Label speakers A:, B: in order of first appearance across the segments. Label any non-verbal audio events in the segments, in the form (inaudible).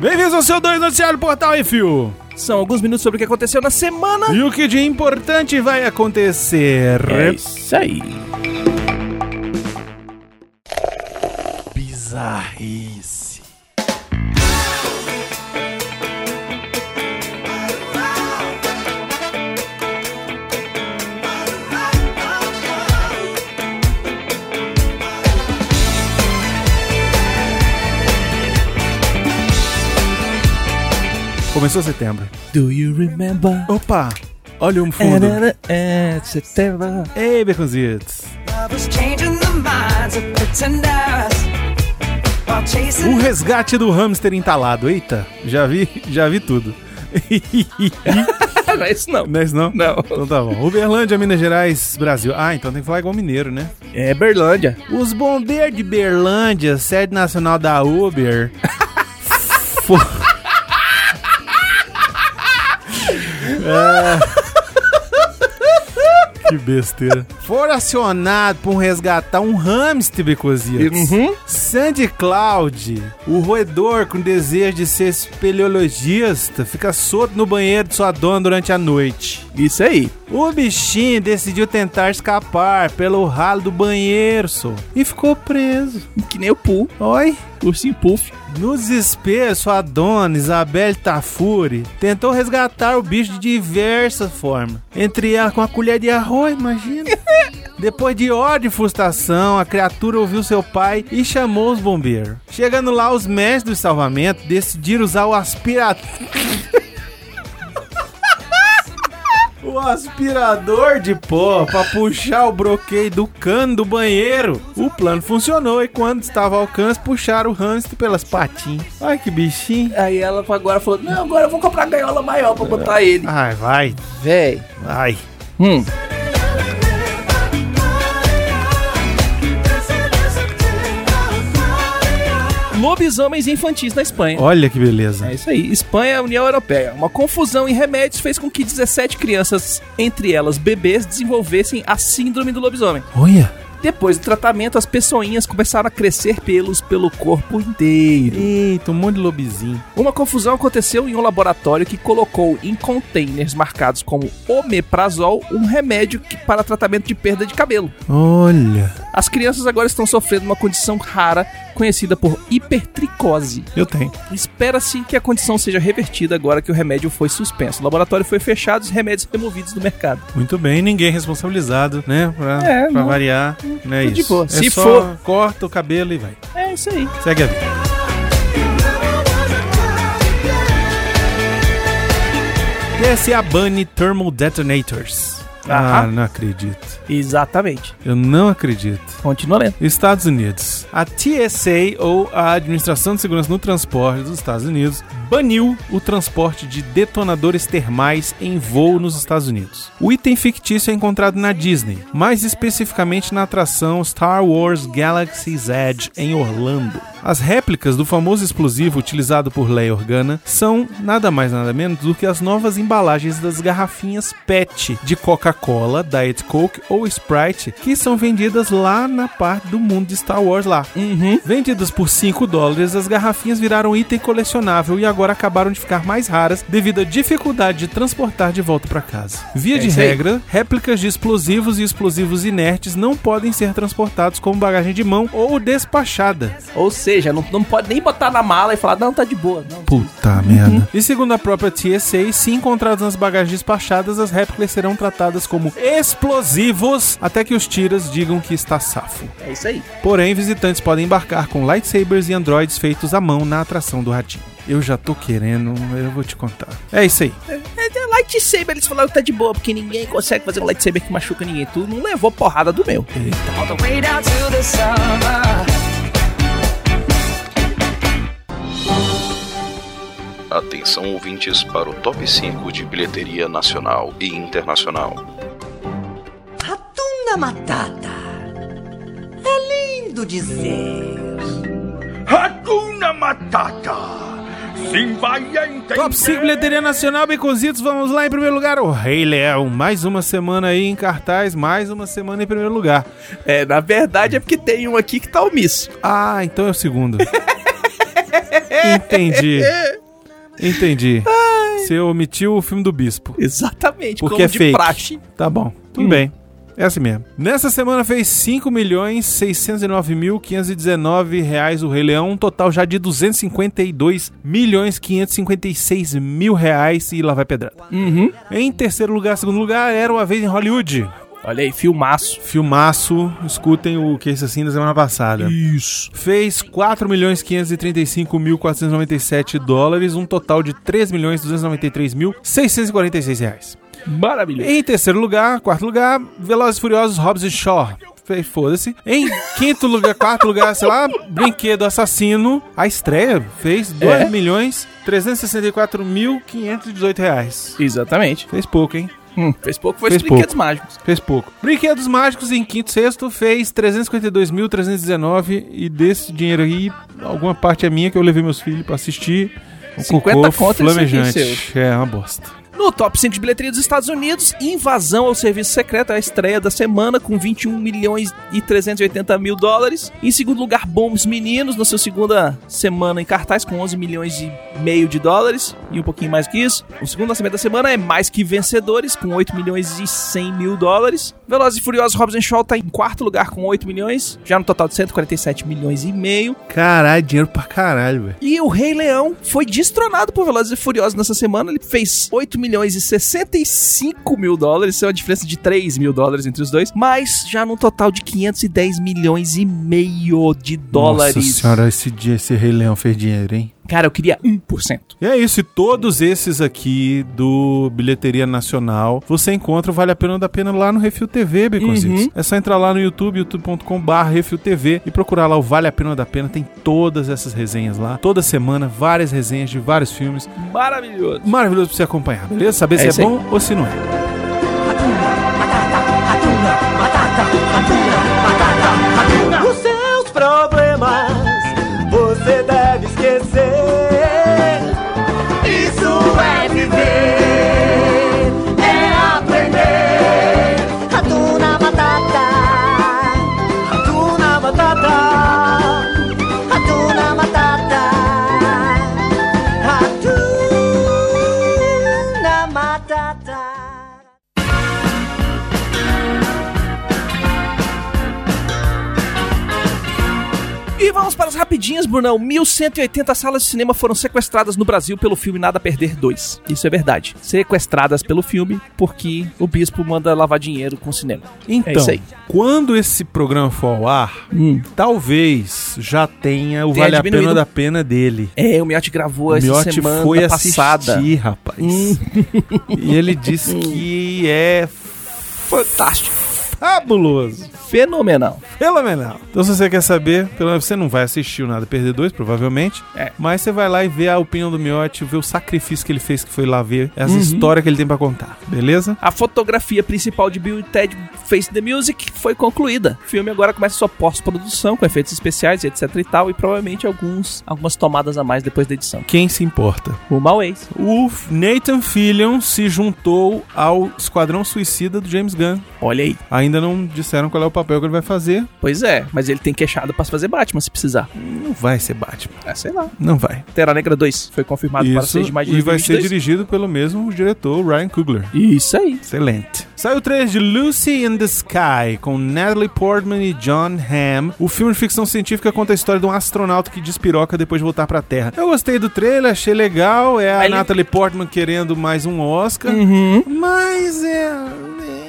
A: Bem-vindos ao seu 2 Noticiário Portal em Fio.
B: São alguns minutos sobre o que aconteceu na semana.
A: E o que de importante vai acontecer?
B: É isso aí.
A: Bizarrice. Começou setembro.
B: Do you remember?
A: Opa, olha um
B: É,
A: fundo.
B: é, setembro.
A: Ei, baconzitos.
C: Lovers changing the minds of pretenders while chasing
A: O resgate do hamster entalado. Eita, já vi, já vi tudo.
B: não é isso não.
A: Não é isso não?
B: Não.
A: Então tá bom. Uberlândia, Minas Gerais, Brasil. Ah, então tem que falar igual mineiro, né?
B: É Berlândia.
A: Os bombeiros de Berlândia, sede nacional da Uber. (laughs) fo- Ah. Que besteira. Foram acionados por resgatar um hamster, Becosias.
B: Uhum.
A: Sandy Cloud, o roedor com desejo de ser espeleologista, fica solto no banheiro de sua dona durante a noite.
B: Isso aí.
A: O bichinho decidiu tentar escapar pelo ralo do banheiro, só, e ficou preso.
B: Que nem o Poo.
A: Oi?
B: Ursinho Puff.
A: No desespero, sua dona, Isabelle Tafuri, tentou resgatar o bicho de diversas formas. Entre elas com a colher de arroz, imagina. Depois de horas de frustração, a criatura ouviu seu pai e chamou os bombeiros. Chegando lá, os mestres do salvamento decidiram usar o aspirador. O aspirador de pó para puxar o bloqueio do cano do banheiro. O plano funcionou e quando estava ao alcance, puxaram o hamster pelas patinhas. Ai que bichinho.
B: Aí ela agora falou, não, agora eu vou comprar a gaiola maior pra botar ele.
A: Ai, vai,
B: Ah, Véi.
A: vai.
B: Hum. Lobisomens infantis na Espanha.
A: Olha que beleza.
B: É isso aí. Espanha, União Europeia. Uma confusão em remédios fez com que 17 crianças, entre elas bebês, desenvolvessem a síndrome do lobisomem.
A: Olha.
B: Depois do tratamento, as pessoinhas começaram a crescer pelos pelo corpo inteiro.
A: Eita, um monte de lobizinho.
B: Uma confusão aconteceu em um laboratório que colocou em containers marcados como omeprazol um remédio que- para tratamento de perda de cabelo.
A: Olha.
B: As crianças agora estão sofrendo uma condição rara conhecida por hipertricose.
A: Eu tenho.
B: Espera-se que a condição seja revertida agora que o remédio foi suspenso. O laboratório foi fechado e os remédios removidos do mercado.
A: Muito bem, ninguém é responsabilizado, né? Pra,
B: É,
A: pra
B: não.
A: variar, né?
B: Tudo de
A: Isso.
B: boa.
A: É
B: Se
A: só
B: for-
A: corta o cabelo e vai.
B: É isso aí.
A: Segue a vida. Esse é a Bunny Thermal Detonators. Ah,
B: Aham.
A: não acredito.
B: Exatamente.
A: Eu não acredito.
B: Continua lendo.
A: Estados Unidos. A TSA, ou a Administração de Segurança no Transporte dos Estados Unidos, baniu o transporte de detonadores termais em voo nos Estados Unidos. O item fictício é encontrado na Disney, mais especificamente na atração Star Wars Galaxy's Edge, em Orlando. As réplicas do famoso explosivo utilizado por Leia Organa são nada mais nada menos do que as novas embalagens das garrafinhas PET de Coca-Cola, Diet Coke ou Sprite que são vendidas lá na parte do mundo de Star Wars lá.
B: Uhum.
A: Vendidas por 5 dólares, as garrafinhas viraram item colecionável e agora acabaram de ficar mais raras devido à dificuldade de transportar de volta para casa. Via
B: É
A: de
B: isso aí.
A: regra, réplicas de explosivos e explosivos inertes não podem ser transportados como bagagem de mão ou despachada.
B: Ou seja, não, não pode nem botar na mala e falar, não, tá de boa. Não. Uhum.
A: Puta merda. E segundo a própria TSA, se encontrados nas bagagens despachadas, as réplicas serão tratadas como explosivos até que os tiras digam que está safo.
B: É isso aí.
A: Porém, visitantes podem embarcar com lightsabers e androides feitos à mão na atração do ratinho. Eu já tô querendo, eu vou te contar. É isso aí.
B: É, é lightsaber, eles falaram que tá de boa, porque ninguém consegue fazer um lightsaber que machuca ninguém. Tu não levou porrada do meu.
C: all the way down to the summer.
D: Atenção ouvintes para o top 5 de bilheteria nacional e internacional.
E: Ratunda Matata. É lindo dizer.
F: Hakuna Matata!
E: Sim, vai entender.
A: Top 5 bilheteria nacional, Baconzitos, vamos lá em primeiro lugar. O Rei Leão, mais uma semana aí em cartaz, mais uma semana em primeiro lugar.
B: É, na verdade é porque tem um aqui que tá omisso.
A: Ah, então é o segundo. Entendi. Entendi. Você omitiu o filme do Bispo.
B: Exatamente,
A: Porque
B: como
A: é
B: de
A: fake.
B: praxe.
A: Tá bom, tudo bem. É assim mesmo. Nessa semana fez 5.609.519 reais o Rei Leão, um total já de 252.556 mil reais e lá vai pedrada.
B: Uhum.
A: Em terceiro lugar, segundo lugar, era uma vez em Hollywood.
B: Olha aí, filmaço.
A: Filmaço, escutem o que esse assim da semana passada.
B: Isso.
A: Fez 4.535.497 dólares, um total de 3.293.646 reais.
B: Maravilhoso.
A: Em terceiro lugar, quarto lugar, Velozes e Furiosos, Hobbs e Shaw. Fe- Foda-se. Em quinto lugar, quarto lugar, sei lá, Brinquedo Assassino. A estreia fez 2
B: É?
A: milhões 364.518 reais.
B: Exatamente.
A: Fez pouco, hein?
B: Hum, fez pouco, foi
A: Fez
B: os brinquedos mágicos.
A: Fez pouco. Brinquedos Mágicos em quinto e sexto fez 352.319 e desse dinheiro aí, alguma parte é minha que eu levei meus filhos pra assistir. Um
B: 50
A: cocô
B: conto, isso aqui é
A: flamejante. É uma bosta.
B: No top 5 de bilheteria dos Estados Unidos, Invasão ao Serviço Secreto é a estreia da semana com 21 milhões e 380 mil dólares. Em segundo lugar, Bons Meninos, na sua segunda semana em cartaz, com 11 milhões e meio de dólares e um pouquinho mais que isso. O segundo lançamento da semana é Mais Que Vencedores, com 8 milhões e 100 mil dólares. Velozes e Furiosos, Robson Shaw tá em quarto lugar com 8 milhões, já no total de 147 milhões e meio.
A: Caralho, dinheiro pra caralho, velho.
B: E o Rei Leão foi destronado por Velozes e Furiosos nessa semana. Ele fez 8 milhões e 65 mil dólares. Isso é uma diferença de 3 mil dólares entre os dois. Mas já num total de 510 milhões e meio de dólares.
A: Nossa senhora, esse, dia, esse Rei Leão fez dinheiro, hein?
B: Cara, eu queria 1%.
A: E é isso, e todos esses aqui do Bilheteria Nacional, você encontra o Vale a Pena ou da Pena lá no Refil TV, Beconzitos.
B: Uhum.
A: É só entrar lá no YouTube, youtube.com.br Refil TV e procurar lá o Vale a Pena ou da Pena, tem todas essas resenhas lá, toda semana, várias resenhas de vários filmes,
B: Maravilhoso.
A: maravilhoso pra você acompanhar, beleza? Saber
B: É
A: se
B: isso
A: é
B: aí.
A: bom ou se não é.
F: Os seus problemas você deve esquecer. Isso é viver, é aprender. Ratuna Matata, Ratuna Matata, Ratuna Matata, Ratuna Matata.
B: E vamos para as rapidinhas, Brunão. 1.180 salas de cinema foram sequestradas no Brasil pelo filme Nada a Perder 2. Isso é verdade. Sequestradas pelo filme porque o bispo manda lavar dinheiro com o cinema. É
A: Então,
B: isso aí.
A: quando esse programa for ao ar,
B: Hum.
A: talvez já tenha o
B: Tenha
A: Vale a Pena ou
B: diminuído.
A: da Pena dele.
B: É, o Miotti gravou
A: O
B: essa
A: Miotti
B: semana
A: foi
B: passada.
A: assistir, (laughs) rapaz. e ele disse que é
B: Fantástico.
A: fabuloso.
B: Fenomenal.
A: Fenomenal. Então, se você quer saber, pelo menos você não vai assistir o Nada Perder 2, provavelmente.
B: É.
A: Mas você vai lá e vê a opinião do Miotti, vê o sacrifício que ele fez, que foi lá ver essa história que ele tem pra contar. Beleza?
B: A fotografia principal de Bill e Ted Face the Music foi concluída. O filme agora começa sua pós-produção com efeitos especiais, etc e tal, e provavelmente alguns, algumas tomadas a mais depois da edição.
A: Quem se importa?
B: O Malways.
A: O Nathan Fillion se juntou ao Esquadrão Suicida do James Gunn.
B: Olha aí.
A: Ainda não disseram qual é o papel que ele vai fazer.
B: Pois é, mas ele tem queixada pra fazer Batman se precisar.
A: Não vai ser Batman.
B: É, sei lá.
A: Não vai.
B: Terra Negra 2 foi confirmado para 6 de maio de
A: e vai ser
B: 2022.
A: dirigido pelo mesmo diretor, Ryan Coogler.
B: Isso aí.
A: Excelente. Saiu o trailer de Lucy in the Sky, com Natalie Portman e John Hamm. O filme de ficção científica conta a história de um astronauta que despiroca depois de voltar pra Terra. Eu gostei do trailer, achei legal. É a
B: Aí ele- Uhum.
A: Natalie Portman querendo mais um Oscar. Mas é...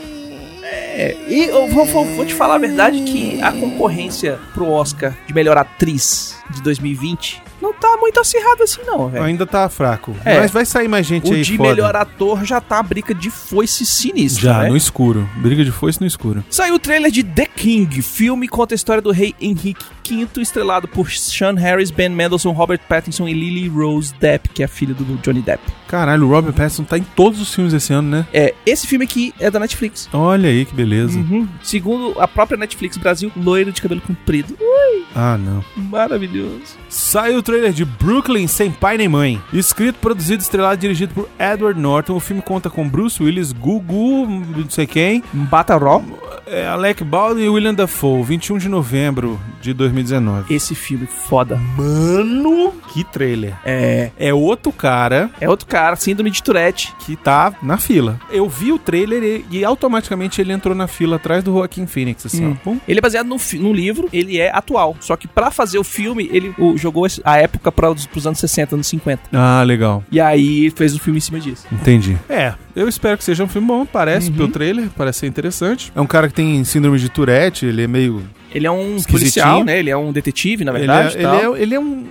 B: É, e eu vou, vou- vou te falar a verdade que a concorrência pro Oscar de melhor atriz de 2020 não tá muito acirrada assim não, velho.
A: Ainda tá fraco.
B: É.
A: Mas vai sair mais gente
B: O
A: aí
B: de
A: foda.
B: melhor ator já tá a briga de foice sinistra,
A: Já,
B: né?
A: no escuro. Briga de foice no escuro.
B: Saiu o trailer de The King, filme conta a história do rei Henrique V, estrelado por Sean Harris, Ben Mendelsohn, Robert Pattinson e Lily Rose Depp, que é a filha do Johnny Depp.
A: Caralho, o Robert Pattinson tá em todos os filmes esse ano, né?
B: É, esse filme aqui é da Netflix.
A: Olha aí que
B: Uhum.
A: beleza.
B: Segundo a própria Netflix Brasil, loiro de cabelo comprido.
A: Ah, não.
B: Maravilhoso.
A: Saiu o trailer thriller de Brooklyn sem pai nem mãe. Escrito, produzido, estrelado e dirigido por Edward Norton. O filme conta com Bruce Willis, Gugu, não sei quem,
B: Bataró.
A: é, Alec Baldwin e William Dafoe. 21 de novembro de 2019.
B: Esse filme foda.
A: Mano, que trailer.
B: É.
A: É outro cara
B: É outro cara, síndrome de Tourette.
A: que tá na fila. Eu vi o trailer e, e automaticamente ele entrou na fila atrás do Joaquin Phoenix, assim, ó. Pum.
B: Ele é baseado num, fi- num livro, ele é atual. Só que pra fazer o filme, ele o- jogou esse- a época para os pros anos 60, anos 50.
A: Ah, legal.
B: E aí ele fez um filme em cima disso.
A: Entendi. É, eu espero que seja um filme bom, parece, pelo trailer, parece ser interessante. É um cara que tem síndrome de Tourette, ele é meio.
B: Ele é um
A: Esquisitinho.
B: policial, né? Ele é um detetive, na
A: Ele
B: verdade.
A: é, ele
B: tal.
A: é- ele é um,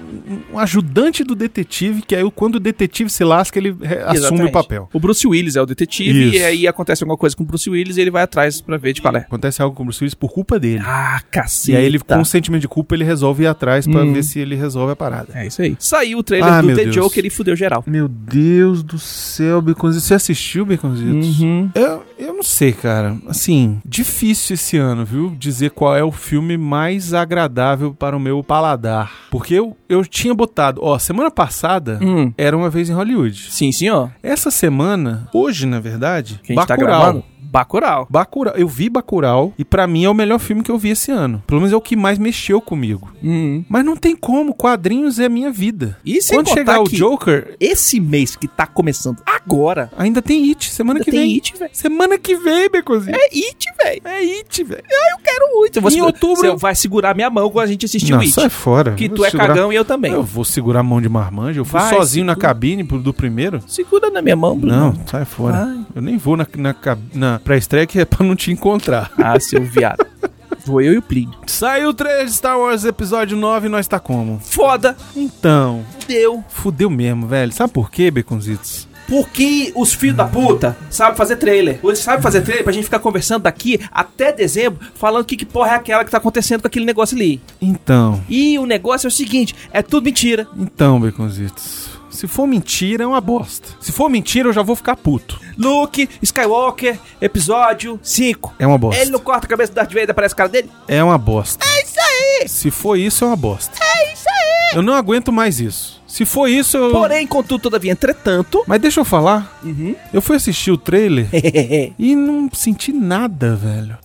A: um ajudante do detetive, que aí quando o detetive se lasca, ele re- assume o
B: Exatamente.
A: papel.
B: O Bruce Willis é o detetive,
A: Isso.
B: e aí acontece alguma coisa com o Bruce Willis e ele vai atrás pra ver de qual é.
A: Acontece algo com o Bruce Willis por culpa dele.
B: Ah, cacete.
A: e aí ele, com um sentimento de culpa, ele resolve ir atrás pra
B: Hum.
A: ver se ele resolve a parada.
B: É isso aí. Saiu o trailer
A: Ah,
B: do
A: meu
B: The
A: Deus.
B: Joker e fudeu geral.
A: Meu Deus do céu, Baconzitos. Você assistiu,
B: Uhum.
A: Baconzitos? Eu, É, eu não sei, cara. Assim, difícil esse ano, viu? Dizer qual é o filme mais agradável para o meu paladar. Porque eu, eu tinha botado... Ó, semana passada...
B: Hum.
A: Era uma vez em Hollywood.
B: Sim, senhor.
A: Essa semana, hoje na verdade,
B: Que a gente tá gravando. Bacurau.
A: Bacurau. Eu vi Bacurau e pra mim é o melhor filme que eu vi esse ano. Pelo menos é o que mais mexeu comigo.
B: Hum.
A: Mas não tem como, quadrinhos é a minha vida.
B: E sem
A: Quando
B: contar
A: chegar o
B: que-
A: Joker,
B: Esse mês que tá começando agora.
A: Ainda tem It, semana
B: Ainda
A: que
B: tem
A: vem.
B: It, velho.
A: Semana que vem, Becozinho.
B: É It, velho.
A: É It, velho.
B: Muito.
A: Em outubro-
B: Então Você vai segurar minha mão quando a gente assistir o
A: Não,
B: It.
A: sai fora.
B: Que
A: Vou
B: tu é
A: segurar-
B: cagão e eu também.
A: Eu vou segurar a mão de marmanjo. Eu fui
B: Vai,
A: sozinho na
B: segura.
A: cabine pro- do primeiro.
B: Segura na minha mão, Bruno.
A: Não, sai fora.
B: Vai.
A: Eu nem vou na, na, cab- na pré-estreia que é pra não te encontrar.
B: Ah, seu viado. (laughs) Vou eu e o Plínio.
A: Saiu o trailer de Star Wars Episódio 9 e nós tá como?
B: Foda.
A: Então,
B: Deu.
A: fudeu mesmo, velho. Sabe por quê, Beconzitos?
B: Porque os filhos da puta sabem fazer trailer. Eles sabem fazer trailer pra gente ficar conversando daqui até dezembro, falando que, que porra é aquela que tá acontecendo com aquele negócio ali.
A: Então,
B: E o negócio é o seguinte: é tudo mentira.
A: então, Beconzitos. Se for mentira, é uma bosta. Se for mentira, eu já vou ficar puto.
B: Luke, Skywalker, episódio 5.
A: É uma bosta.
B: Ele não corta a cabeça do Darth Vader, parece a cara dele?
A: É uma bosta. É isso aí! Se for isso, é uma bosta. É isso aí! Eu não aguento mais isso. Se for isso, eu.
B: Porém, contudo, todavia, entretanto.
A: Mas deixa eu falar. Eu fui assistir o (laughs) trailer e não senti nada, velho.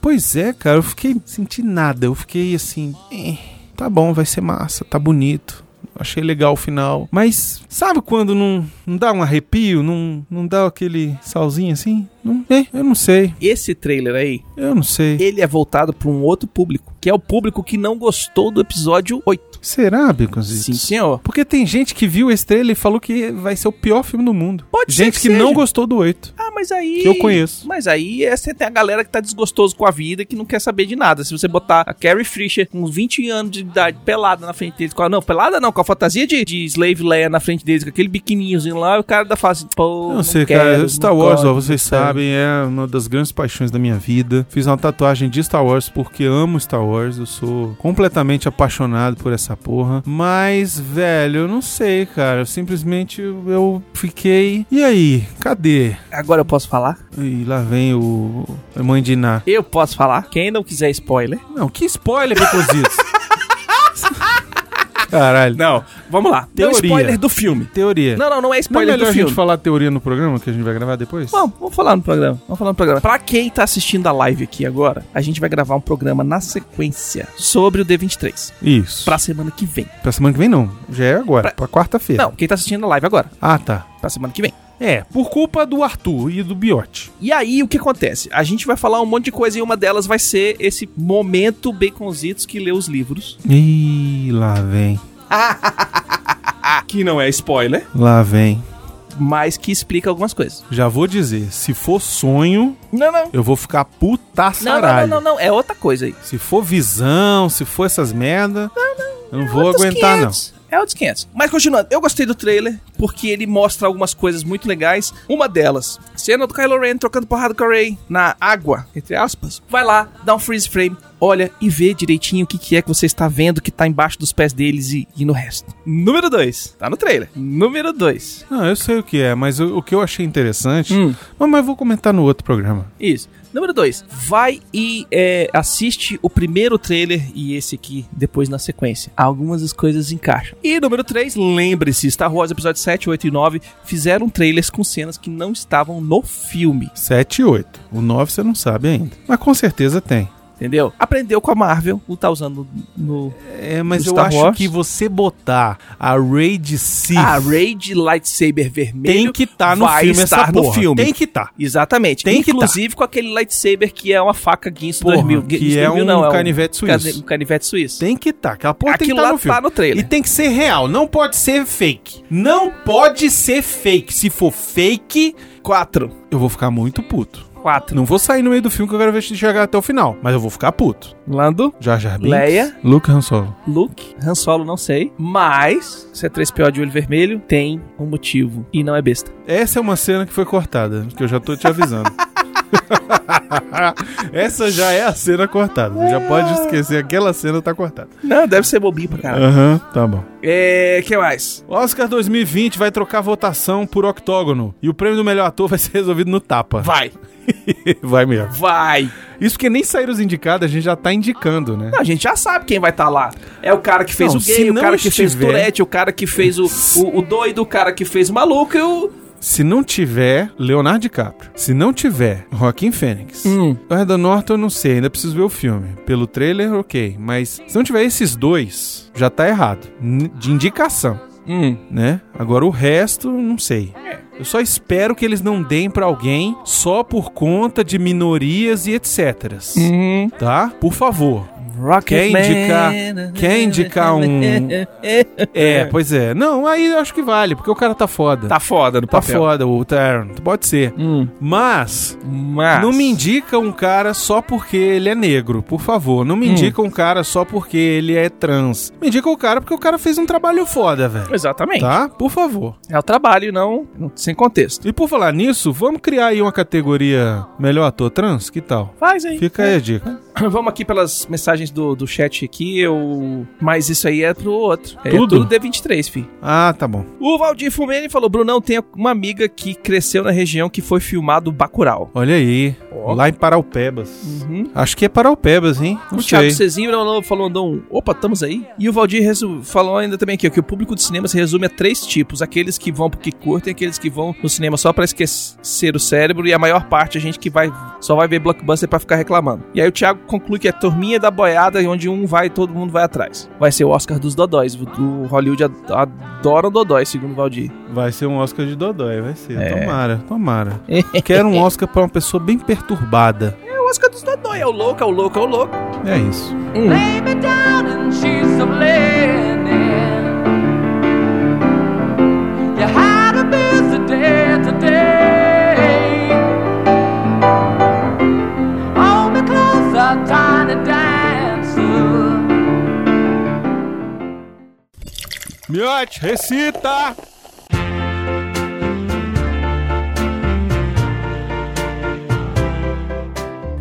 A: Pois é, cara, eu fiquei. Senti nada. Eu fiquei assim. "Eh, Tá bom, vai ser massa, tá bonito. Achei legal o final. Mas sabe quando não, não dá um arrepio? Não, não dá aquele salzinho assim? Não, eh, eu não sei.
B: Esse trailer aí,
A: Eu não sei.
B: ele é voltado pra um outro público, que é o público que não gostou do episódio 8.
A: Será, Biconzitos?
B: Sim, senhor.
A: Porque tem gente que viu esse trailer e falou que vai ser o pior filme do mundo.
B: Pode ser
A: gente
B: que
A: que,
B: seja.
A: não gostou do 8.
B: Ah, mas aí.
A: Que eu conheço.
B: Mas aí é, você tem a galera que tá desgostoso com a vida que não quer saber de nada. Se você botar a Carrie Fisher com 20 anos de idade, pelada na frente deles, com a, não, pelada não, com a fantasia de, de Slave Leia na frente deles, com aquele biquininhozinho lá, e o cara da fala assim, pô.
A: Eu não, sei,
B: quero,
A: cara.
B: não
A: Star Wars,
B: gosto,
A: ó, vocês
B: não quero.
A: sabem, é uma das grandes paixões da minha vida. Fiz uma tatuagem de Star Wars porque amo Star Wars. Eu sou completamente apaixonado por essa porra. Mas, velho, eu não sei, cara. Eu simplesmente eu fiquei. E aí? Cadê?
B: Agora eu posso falar?
A: E lá vem o. a Mãe de Iná.
B: Eu posso falar. Quem não quiser spoiler.
A: Não, que spoiler, Becositos. Caralho.
B: Não, vamos lá. Deu
A: Teoria.
B: spoiler do filme.
A: Teoria.
B: Não, não, não é
A: Não é
B: spoiler
A: melhor
B: do
A: a
B: filme.
A: gente falar a teoria no programa que a gente vai gravar depois?
B: Vamos, vamos falar no programa. Vamos falar no programa. Pra quem tá assistindo a live aqui agora, a gente vai gravar um programa na sequência sobre o D23.
A: Isso. Pra...
B: Pra semana que vem.
A: semana que vem não. Já é agora. Pra, quarta-feira.
B: Não, quem tá assistindo a live agora.
A: Ah, tá.
B: Pra semana que vem.
A: É, por culpa do Arthur e do Biote.
B: E aí, o que acontece? A gente vai falar um monte de coisa e uma delas vai ser esse momento Baconzitos que lê os livros.
A: Ih, lá vem.
B: Ah, que não é spoiler.
A: Lá vem.
B: Mas que explica algumas coisas.
A: Já vou dizer, se for sonho,
B: Não, não.
A: eu vou ficar
B: Não, não, não,
A: putaçaralho.
B: não, não. É outra coisa aí.
A: Se for visão, se for essas merda, eu não vou
B: Outros
A: aguentar
B: 500. É outros 500. Mas continuando, eu gostei do trailer. porque ele mostra algumas coisas muito legais. Uma delas, cena do Kylo Ren trocando porrada com a Rey na água, entre aspas. Vai lá, dá um freeze frame, olha e vê direitinho o que, que é que você está vendo que tá embaixo dos pés deles e, e no resto. Número 2, tá no trailer. Número 2,
A: Não, eu sei o que é, mas o, o que eu achei interessante.
B: Hum.
A: Mas, mas vou comentar no outro programa.
B: isso. Número 2, vai e é, assiste o primeiro trailer e esse aqui depois na sequência. Algumas das coisas encaixam. E número 3, lembre-se, Star Wars Episódio 7, 8 e 9 fizeram trailers com cenas que não estavam no filme.
A: 7 e 8. O 9 você não sabe ainda. Mas com certeza tem.
B: Entendeu? Aprendeu com a Marvel, o tá usando no.
A: É, mas
B: Do
A: eu
B: Star
A: acho
B: Wars? Ah,
A: que você botar a Ray de Sith
B: A Raid Lightsaber vermelho.
A: tem que estar no
B: vai
A: filme
B: estar
A: essa
B: no
A: porra.
B: filme.
A: Tem que tá, estar.
B: Exatamente.
A: Tem que tá.
B: Inclusive com aquele lightsaber que é uma faca Guinness
A: Porra,
B: 2000.
A: que
B: Guinness
A: é
B: 2000
A: um canivete
B: cani-
A: suíço.
B: Um canivete suíço.
A: Tem que estar. Aquela porra tem que
B: Aquilo
A: estar
B: lá
A: no filme.
B: tá no trailer.
A: E tem que ser real, não pode ser fake. Não pode ser fake. Se for fake,
B: Quatro.
A: eu vou ficar muito puto.
B: Quatro.
A: Não vou sair no meio do filme que eu quero ver se chegar até o final, mas eu vou ficar puto.
B: Lando,
A: Jar Jar Binks,
B: Leia.
A: Luke Han Solo.
B: Luke, Han Solo, não sei. Mas, é C3PO de olho vermelho tem um motivo. E não é besta.
A: Essa é uma cena que foi cortada, que eu já tô te (laughs) avisando. Essa já é a cena cortada. Você Já pode esquecer, aquela cena tá cortada.
B: Não, deve ser bobinho
A: (laughs)
B: pra caralho.
A: Aham, tá bom.
B: É, que mais?
A: Oscar 2020 vai trocar votação por octógono. E o prêmio do melhor ator vai ser resolvido no tapa.
B: Vai,
A: Vai mesmo.
B: vai.
A: Isso porque nem saíram os indicados, a gente já tá indicando, né?
B: Não, a gente já sabe quem vai estar lá. É o cara que fez
A: Não,
B: o gay,
A: se
B: o
A: não
B: cara que fez o
A: estiver-
B: Tourette, o cara que fez o, o, o doido, o cara que fez o maluco e o.
A: Se não tiver Leonardo DiCaprio, se não tiver Joaquim Fênix,
B: Hum.
A: o Edward Norton eu não sei, ainda preciso ver o filme. Pelo trailer, ok. Mas se não tiver esses dois, já tá errado. N- De indicação,
B: Hum.
A: né? Agora o resto, não sei. Eu só espero que eles não deem pra alguém só por conta de minorias e etc.
B: Hum.
A: Tá? Por
B: (laughs)
A: favor. Quer
B: Rocket
A: indicar- quer indicar um- É, pois é. Não, aí eu acho que vale, porque o cara tá foda.
B: (laughs) Tá foda no
A: Tá
B: papel.
A: foda, o Taron. Pode ser.
B: Hum,
A: Mas,
B: mas...
A: não me indica um cara só porque ele é negro, por favor. Não
B: Hum.
A: me indica um cara só porque ele é trans. Me indica o cara porque o cara fez um trabalho foda, velho.
B: Exatamente.
A: Tá? Por favor.
B: É o trabalho, não... não- Sem contexto.
A: E por falar nisso, vamos criar aí uma categoria melhor ator trans? Que tal?
B: Faz, hein?
A: Fica aí a dica.
B: (clears throat) Vamos aqui pelas mensagens do, do chat aqui. Eu... Mas isso aí é pro outro. É
A: Tudo?
B: tudo D23, fi.
A: Ah, tá bom.
B: O Valdir Fumene falou, Brunão, tem uma amiga que cresceu na região que foi filmado Bacurau.
A: Olha aí.
B: Ó.
A: Lá em Paraupebas.
B: Uhum.
A: Acho que é Paraupebas, hein? Não
B: O
A: sei.
B: Thiago Cezinho Tá um não, não, falou, andou um, opa, estamos aí. E o Valdir resu- falou ainda também aqui, ó, que o público de cinema se resume a três tipos. Aqueles que vão porque curtem, aqueles que vão no cinema só pra esquecer o cérebro e a maior parte a gente que vai só vai ver blockbuster pra ficar reclamando. E aí o Thiago conclui que é a turminha da boiada e onde um vai, todo mundo vai atrás. Vai ser o Oscar dos dodóis. O- O Hollywood ad- adora dodóis, segundo o Valdir.
A: Vai ser um Oscar de Dodói, vai ser.
B: É.
A: Tomara,
B: (laughs)
A: tomara. Quero um Oscar pra uma pessoa bem perturbada.
B: É o Oscar dos dodóis, é o louco, é o louco, é o louco.
A: É isso.
E: Baby, darling, she's so blending. You had a busy day today. Hold me closer, tiny dancer.
A: Miote, recita!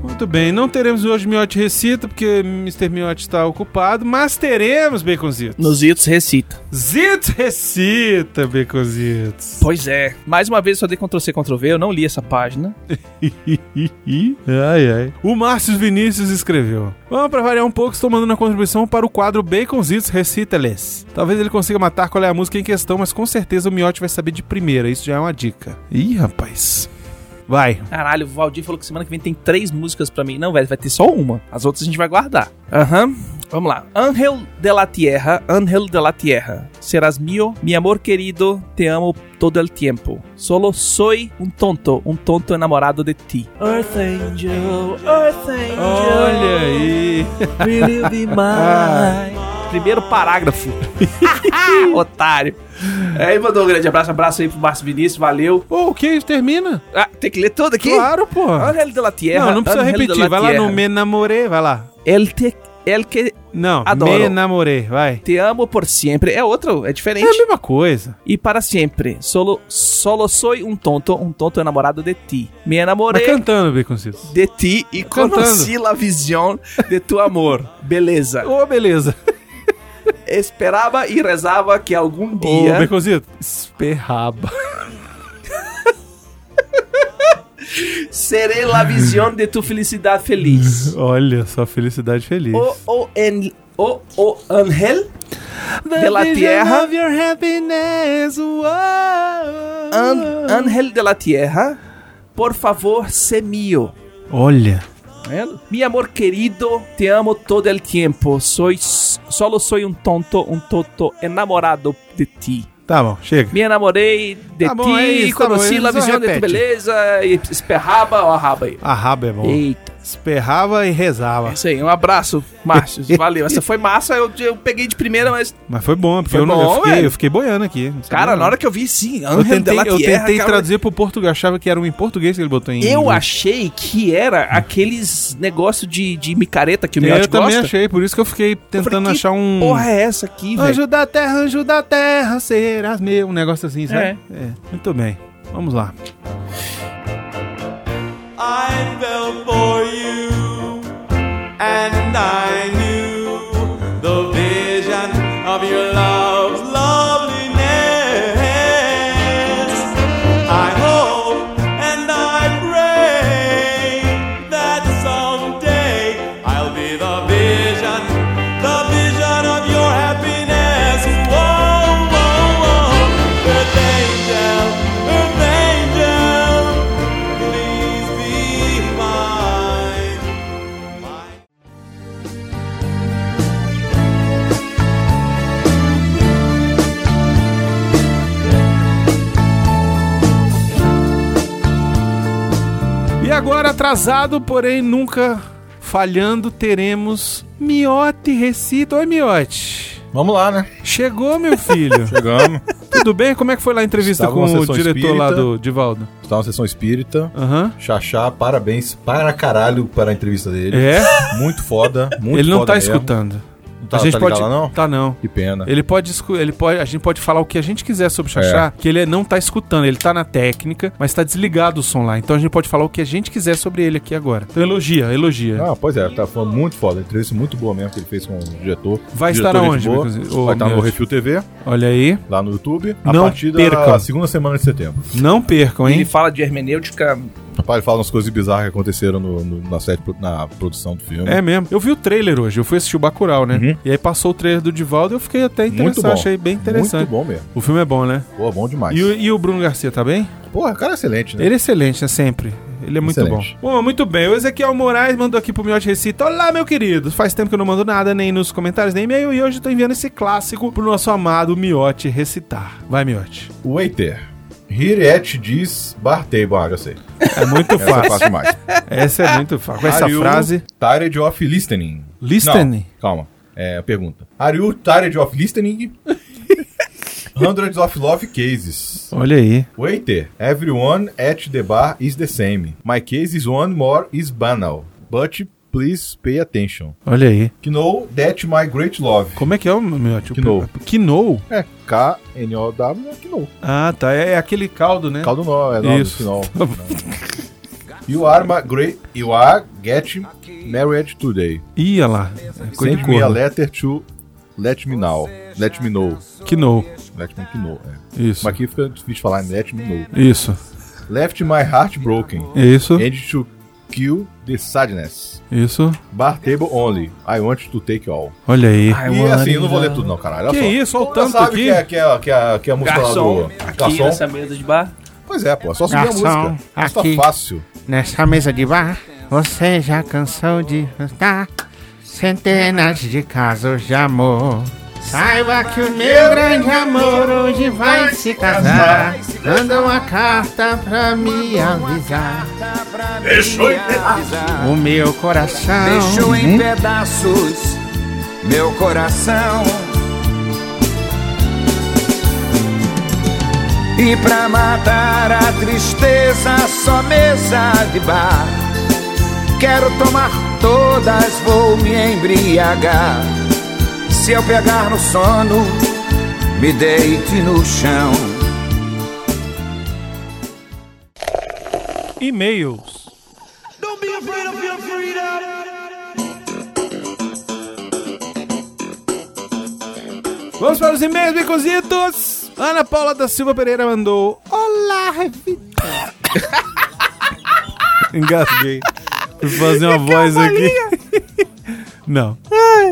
A: Muito bem, não teremos hoje Miote Recita, porque Mr. Miote está ocupado, mas teremos, Baconzitos.
B: Nos itos recita.
A: Zito Recita, Baconzitos.
B: Pois é. Mais uma vez, eu só dei Ctrl-C, Ctrl-V, eu não li essa página.
A: ai, ai. O Márcio Vinícius escreveu. Vamos pra variar um pouco, estou mandando a contribuição para o quadro Baconzitos Recita-lhes. Talvez ele consiga matar qual é a música em questão, mas com certeza o Miote vai saber de primeira. Isso já é uma dica. Ih, rapaz. Vai.
B: Caralho, o Valdir falou que semana que vem tem três músicas pra mim. Não, velho, vai ter só uma. As outras a gente vai guardar. Aham. Vamos lá. Ángel de la Tierra, Ángel de la Tierra. Serás mío, mi amor querido, te amo todo el tiempo. Solo soy un tonto, um tonto enamorado de ti. Earth Angel, Earth Angel.
A: Olha aí.
B: Will you (laughs) be mine? Ah. Primeiro (laughs) parágrafo. Otário. Aí mandou um grande abraço, abraço aí pro Márcio Vinícius, valeu.
A: Pô, o que? Termina?
B: Ah, tem que ler tudo aqui?
A: Claro, pô.
B: Ángel de la Tierra.
A: Ah. Não, não precisa
B: Ángel de
A: repetir.
B: la
A: Vai lá
B: Tierra.
A: no Me Namoré, vai lá.
B: El te El que
A: Não,
B: Adoro.
A: me namorei, vai.
B: te amo por sempre. É outro,
A: É
B: é
A: a
B: diferente.
A: mesma coisa.
B: E para sempre. Solo, solo soy um tonto, um tonto enamorado de ti. Me
A: Tá
B: enamorei
A: cantando, Baconzitos.
B: de ti e
A: Cantando.
B: conheci la visión de tu amor. Beleza.
A: Ô, beleza.
B: Esperava e rezava que algum
A: Ô,
B: dia...
A: Baconzitos. Esperraba.
B: Serei la visión de tu felicidade feliz.
A: Olha só, felicidade feliz.
B: O, o, en, oh, o, o Angel de la tierra. An,
A: Ah.
B: Angel de la Tierra, por favor, sé mío.
A: Olha. É?
B: Mi amor querido, te amo todo el tiempo. Soy, solo soy un tonto, un tonto enamorado de ti.
A: Tá bom, chega.
B: Me enamorei de
A: Tá bom,
B: ti,
A: é isso, tá
B: conheci
A: bom,
B: la
A: só
B: visión de tu
A: repete.
B: beleza, e esperraba ó, a raba aí.
A: A raba é bom.
B: Eita,
A: Esperrava e
B: é
A: rezava.
B: isso aí. Um abraço, Márcio.
A: (laughs)
B: Valeu. Essa foi massa, eu, eu peguei de primeira, mas.
A: Mas foi bom, porque
B: Foi
A: eu, não, eu
B: bom, velho.
A: fiquei, eu fiquei boiando aqui. não sabia
B: Cara,
A: não.
B: na hora que eu vi, sim,
A: Eu
B: Angel de
A: tentei,
B: la
A: eu
B: Tierra.
A: tentei
B: cara,
A: traduzir pro português, eu achava que era um em português que ele botou em
B: Eu
A: inglês.
B: achei que era aqueles negócio de, de micareta que o
A: É,
B: Miotti
A: Eu
B: gosta.
A: também achei, por isso que eu fiquei tentando
B: falei, que
A: achar um...
B: Porra, é essa aqui, velho.
A: Anjo da terra, anjo da terra, serás meu. Um negócio assim, sabe? É. Muito bem. Vamos lá.
G: I fell for you, and I knew the vision of your love's loveliness. I hope and I pray that someday I'll be the vision, the vision of your happiness. Whoa, whoa, whoa, Earth angel, Earth angel. Please be mine. mine.
A: E agora, atrasado, porém nunca falhando, teremos Miote Recita. Oi, Miote.
H: Vamos lá, né?
A: Chegou,
H: (laughs)
A: meu filho.
H: Chegamos. (laughs)
A: Tudo bem? Como é que foi lá a entrevista
H: Estava
A: com
H: numa
A: o
H: sessão
A: diretor lá
H: espírita.
A: do Divaldo?
H: Tá uma sessão espírita.
A: Aham.
H: Xaxá, parabéns para caralho para a entrevista dele.
A: É?
H: Muito
A: (laughs)
H: foda, tá muito
A: ele não tá
H: foda mesmo.
A: escutando.
H: Não tá, a gente tá
A: pode.
H: pode... lá, não?
A: Tá não.
H: Que pena.
A: Ele pode, escu- ele pode, a gente pode falar o que a gente quiser sobre o
H: É.
A: Xaxá, que ele não tá escutando, ele tá na técnica, mas tá desligado o som lá. Então a gente pode falar o que a gente quiser sobre ele aqui agora. Então elogia, elogia.
H: Ah, pois é, tá falando muito foda. Entrevista muito boa mesmo que ele fez com o diretor.
A: Vai
H: Diretor,
A: estar aonde,
H: gente boa.
A: Marcos? Ô,
H: Vai estar no
A: Miotti.
H: Refil TV,
A: Olha aí,
H: lá no YouTube, a
A: Não
H: partir da
A: percam.
H: segunda semana de setembro.
A: não percam,
B: Ele
A: hein?
B: fala de hermenêutica.
H: Rapaz, ele fala umas coisas bizarras que aconteceram no- no- na, série, na produção do filme.
A: É mesmo. Eu vi o trailer hoje, eu fui assistir o Bacurau, né? E aí passou o trailer do Divaldo e eu fiquei até
H: Uhum. muito
A: interessado,
H: bom.
A: achei bem interessante.
H: Muito bom mesmo.
A: O filme é bom, né?
H: Pô, bom demais.
A: E o, e o Bruno Garcia, tá bem?
H: Porra, o cara é excelente, né?
A: Ele é excelente, né? Sempre. Ele é muito
H: Excelente.
A: bom. Bom, muito bem. O Ezequiel Moraes mandou aqui pro Miote Recita. Olá, meu querido. Faz tempo que eu não mando nada, nem nos comentários, nem e-mail. E hoje eu tô enviando esse clássico pro nosso amado Miote Recitar. Vai, Miote.
H: Waiter. Hiriet diz bartei. Bom, ah, já sei.
A: É
H: (laughs)
A: muito
H: Essa é
A: fácil.
H: fácil demais.
A: Essa é muito fácil. Com essa
H: Are you
A: frase...
H: Tired of listening.
A: Listening?
H: Não, calma. É, pergunta. Are you tired of listening?
A: (laughs)
H: Hundreds of love cases.
A: Olha aí.
H: Waiter, everyone at the bar is the same. My case is one more is banal. But please pay attention.
A: Olha aí.
H: Know that my great love.
A: Como é que é o Miote?
H: Quinoa.
A: Quinoa?
H: É K-N-O-W, é que não.
A: Ah, tá. É, é aquele caldo, né?
H: Caldo nó, é nó no
A: Isso.
H: final.
A: (laughs)
H: You are my great. You are getting married today.
A: Ih, olha lá. É coisa de
H: Send me a
A: corno.
H: letter to let me now. Let me know.
A: Quinoa.
H: Let me know. É.
A: Isso.
H: Mas aqui fica difícil de falar. Let me know.
A: Isso.
H: Left my heart broken.
A: Isso.
H: And to kill the sadness.
A: Isso.
H: Bar table only. I want to take all.
A: Olha aí.
B: Ah,
H: e assim, eu não vou ler tudo não, caralho.
A: Que
H: Olha só.
A: isso, olha o
H: Todo mundo
A: tanto
H: sabe
A: aqui.
H: Que é, que é, que é, que é a música lá
B: Garçom,
H: do
B: aqui
H: garçom.
B: nessa mesa de bar.
H: Pois é, pô. É só subir
I: Garçom,
H: a música. Isso
I: aqui.
H: tá fácil.
I: Nessa mesa de bar, você já cansou de cantar centenas de casos de amor. Saiba que o meu grande amor hoje vai se casar. Manda uma carta pra me avisar. O meu coração. Hum?
J: Deixou em pedaços meu coração. E pra matar a tristeza, só mesa de bar. Quero tomar todas vou me embriagar. Se eu pegar no sono, me deite no chão.
B: é.
A: E-mails.
G: Don't be afraid of your freedom.
A: Vamos para os e-mails, Bicositos! Ana Paula da Silva Pereira mandou. Olá, vida! (laughs) Engasguei. Vou fazer uma voz aqui. (laughs) Não.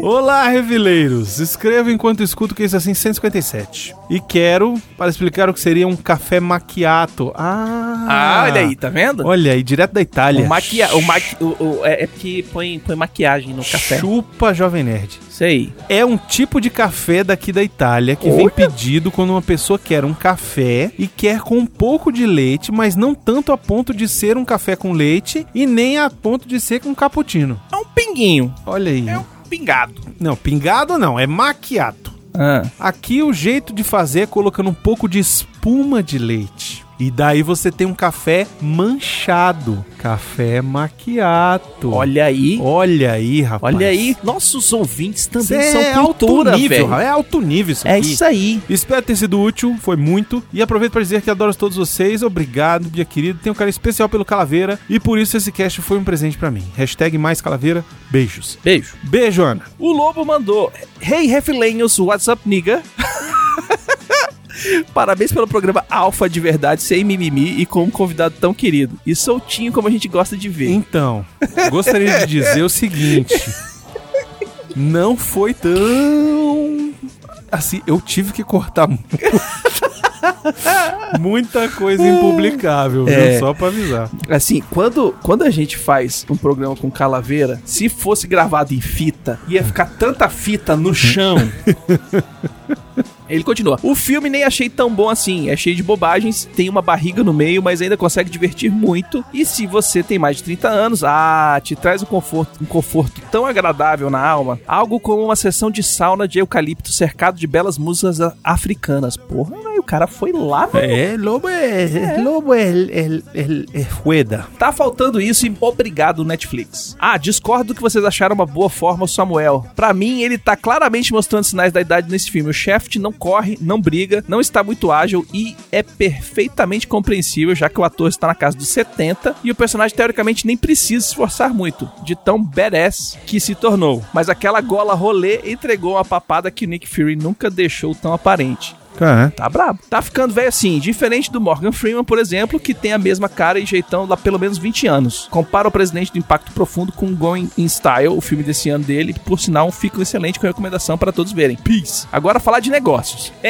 A: Olá, revileiros! Escrevo enquanto escuto que isso é assim 157. E quero para explicar o que seria um café macchiato. Ah!
B: Ah, olha aí, tá vendo?
A: Olha aí, direto da Itália.
B: O maquia, o maqui, o, o- é, é porque põe, põe maquiagem no café.
A: Chupa Jovem Nerd.
B: Isso aí.
A: É um tipo de café daqui da Itália que vem pedido quando uma pessoa quer um café e quer com um pouco de leite, mas não tanto a ponto de ser um café com leite e nem a ponto de ser com cappuccino.
B: É um pinguinho.
A: Olha aí.
B: É um pingado.
A: Não, pingado não, é macchiato.
B: Ah.
A: Aqui o jeito de fazer é colocando um pouco de espuma de leite. E daí você tem um café manchado. Café macchiato.
B: Olha aí.
A: Olha aí, rapaz.
B: Olha aí. Nossos ouvintes também
A: Isso é
B: são cultura,
A: alto nível,
B: velho.
A: É alto nível isso
B: É
A: aqui.
B: isso aí.
A: Espero ter sido útil, foi muito. E aproveito para dizer que adoro todos vocês. Obrigado, minha querida. Tenho um cara especial pelo Calaveira e por isso esse cast foi um presente para mim. Hashtag mais Calaveira, beijos.
B: Beijo.
A: Beijo, Ana.
B: O Lobo mandou. Hey, refilenhos, what's up, nigga? (laughs) Parabéns pelo programa Alfa de verdade, sem mimimi e com um convidado tão querido. E soltinho como a gente gosta de ver.
A: Então, (laughs) gostaria de dizer o seguinte. Não foi tão... Assim, eu tive que cortar mu- (laughs) muita coisa impublicável, viu?
B: É.
A: Só pra avisar.
B: Assim, quando, quando a gente faz um programa com calaveira, se fosse gravado em fita, ia ficar tanta fita no chão. (laughs) Ele continua. O filme nem achei tão bom assim. É cheio de bobagens, tem uma barriga no meio, mas ainda consegue divertir muito. E se você tem mais de 30 anos, ah, te traz um conforto, um conforto tão agradável na alma. Algo como uma sessão de sauna de eucalipto cercado de belas músicas a- africanas. Porra, velho, o cara foi lá, velho.
A: É, lobo é... Lobo é... É... É... Rueda.
B: Tá faltando isso e obrigado, Netflix. Ah, discordo do que vocês acharam uma boa forma o Samuel. Pra mim, ele tá claramente mostrando sinais da idade nesse filme. O Shaft não corre, não briga, não está muito ágil e é perfeitamente compreensível, já que o ator está na casa dos 70 e o personagem teoricamente nem precisa se esforçar muito, de tão badass que se tornou. Mas aquela gola rolê entregou uma papada que o Nick Fury nunca deixou tão aparente.
A: Cara,
B: Tá brabo. Tá ficando velho assim, diferente do Morgan Freeman, por exemplo, que tem a mesma cara e jeitão lá pelo menos 20 anos. Compara o Presidente do Impacto Profundo com Going in Style, o filme desse ano dele, que por sinal fica um excelente com recomendação para todos verem. Peace. Agora falar de negócios. (laughs)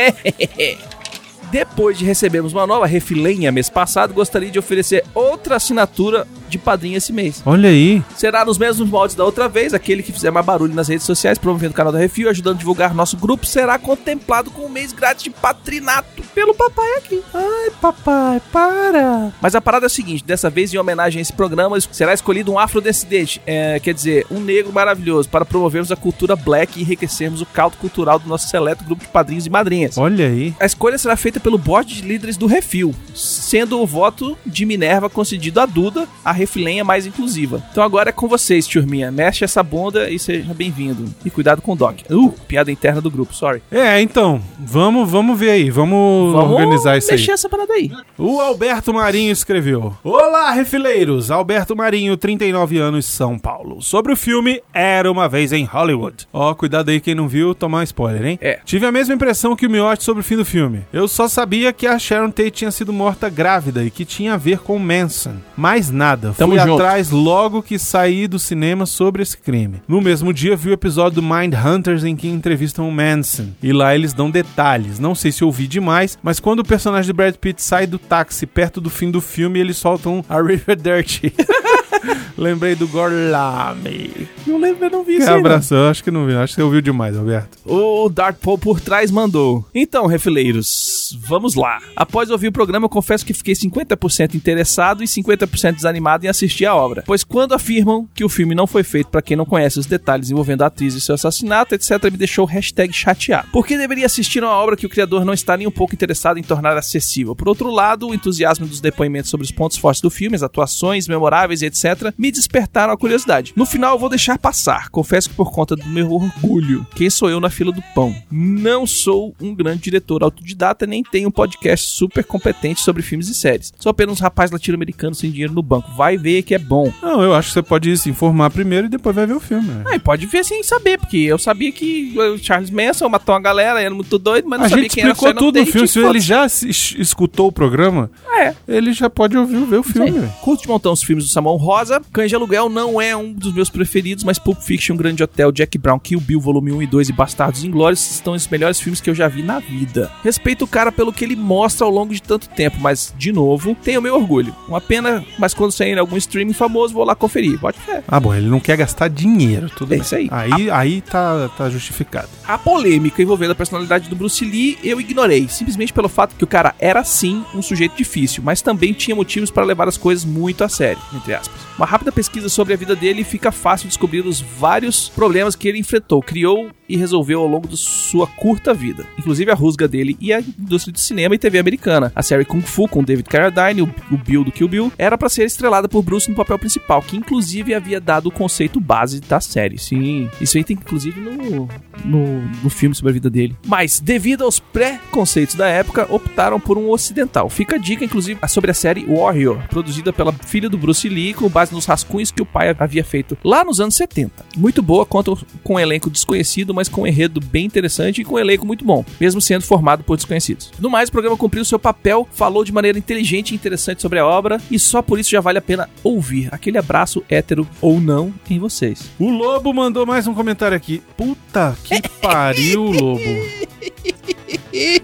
B: Depois de recebermos uma nova refilenha mês passado, gostaria de oferecer outra assinatura de padrinho esse mês.
A: Olha aí.
B: Será nos mesmos moldes da outra vez, aquele que fizer mais barulho nas redes sociais, promovendo o canal da Refil, ajudando a divulgar nosso grupo, será contemplado com um mês grátis de patrinato pelo papai aqui. Ai, papai, para! Mas a parada é a seguinte, dessa vez em homenagem a esse programa, será escolhido um afrodescendente, é, quer dizer, um negro maravilhoso, para promovermos a cultura black e enriquecermos o caldo cultural do nosso seleto grupo de padrinhos e madrinhas.
A: Olha aí.
B: A escolha será feita pelo board de líderes do Refil, sendo o voto de Minerva concedido a Duda, a refilenha mais inclusiva. Então agora é com vocês, turminha. Mexe essa bunda e seja bem-vindo. E cuidado com o Doc. Uh, piada interna do grupo, sorry.
A: É, então, vamos, vamos ver aí, vamos, organizar isso aí.
B: mexer essa parada aí.
A: O Alberto Marinho escreveu: Olá, refileiros! Alberto Marinho, 39 anos, São Paulo. Sobre o filme Era uma Vez em Hollywood. Ó, cuidado aí, quem não viu, tomar spoiler, hein?
B: É.
A: Tive a mesma impressão que o Miotti sobre o fim do filme. Eu só sabia que a Sharon Tate tinha sido morta grávida e que tinha a ver com Manson. Mais nada.
B: Tamo
A: Fui
B: junto.
A: atrás logo que saí do cinema sobre esse crime. No mesmo dia vi o episódio do Mind Hunters em que entrevistam o Manson. E lá eles dão detalhes. Não sei se ouvi demais, mas quando o personagem de Brad Pitt sai do táxi perto do fim do filme, eles soltam a River Dirty. (laughs) Lembrei do Gorlami.
B: Não lembro, eu não vi
A: Que
B: isso aí, não.
A: abração, acho que não viu, acho que você ouviu demais, Alberto.
B: O Dark Paul por trás mandou. Então, refileiros, vamos lá. Após ouvir o programa, eu confesso que fiquei 50% interessado e 50% desanimado em assistir a obra. Pois quando afirmam que o filme não foi feito pra quem não conhece os detalhes envolvendo a atriz e seu assassinato, etc., me deixou hashtag chateado. Por que deveria assistir a uma obra que o criador não está nem um pouco interessado em tornar acessível? Por outro lado, o entusiasmo dos depoimentos sobre os pontos fortes do filme, as atuações memoráveis, etc., etc., me despertaram a curiosidade. No final eu vou deixar passar, confesso que por conta do meu orgulho. Quem sou eu na fila do pão? Não sou um grande diretor autodidata, nem tenho um podcast super competente sobre filmes e séries. Sou apenas um rapaz latino-americano sem dinheiro no banco. Vai ver que é bom.
A: Não, eu acho que você pode se informar primeiro e depois vai ver o filme. né?
B: Aí Ah, pode ver sem saber, porque eu sabia que o Charles Manson matou uma galera, era muito doido, mas não
A: A
B: sabia
A: gente
B: quem era
A: explicou
B: Sharon
A: tudo no
B: Tate,
A: filme. Se ele
B: foda-se.
A: já se- es- escutou o programa,
B: É.
A: ele já pode ouvir ver o filme. velho.
B: Curte montar os filmes do Samuel Rosa. Cães de Aluguel não é um dos meus preferidos, mas Pulp Fiction, Grande Hotel, Jack Brown, Kill Bill, Volume 1 e 2 e Bastardos Inglórios estão os melhores filmes que eu já vi na vida. Respeito o cara pelo que ele mostra ao longo de tanto tempo, mas, de novo, tenho meu orgulho. Uma pena, mas quando sair em algum streaming famoso, vou lá conferir. Pode fé.
A: Ah, bom, ele não quer gastar dinheiro, tudo
B: É
A: bem.
B: isso aí.
A: Aí, aí tá, tá justificado.
B: A polêmica envolvendo a personalidade do Bruce Lee eu ignorei, simplesmente pelo fato que o cara era sim um sujeito difícil, mas também tinha motivos para levar as coisas muito a sério, entre aspas. Uma rápida pesquisa sobre a vida dele fica fácil descobrir os vários problemas que ele enfrentou, criou e resolveu ao longo de sua curta vida, inclusive a rusga dele e a indústria de cinema e TV americana. A série Kung Fu com David Carradine, o o Bill do Kill Bill, era para ser estrelada por Bruce no papel principal, que inclusive havia dado o conceito base da série. Sim, isso é aí tem inclusive no, no, no filme sobre a vida dele. Mas, devido aos pré-conceitos da época, optaram por um ocidental. Fica a dica, inclusive, sobre a série Warrior, produzida pela filha do Bruce Lee, com base nos rascunhos que o pai havia feito lá nos anos 70. Muito boa, conta com um elenco desconhecido, mas com um enredo bem interessante e com um elenco muito bom, mesmo sendo formado por desconhecidos. No mais, o programa cumpriu seu papel, falou de maneira inteligente e interessante sobre a obra, e só por isso já vale a pena ouvir. Aquele abraço hétero ou não em vocês.
A: O Lobo mandou mais um comentário aqui. Puta que pariu,
B: (laughs)
A: Lobo.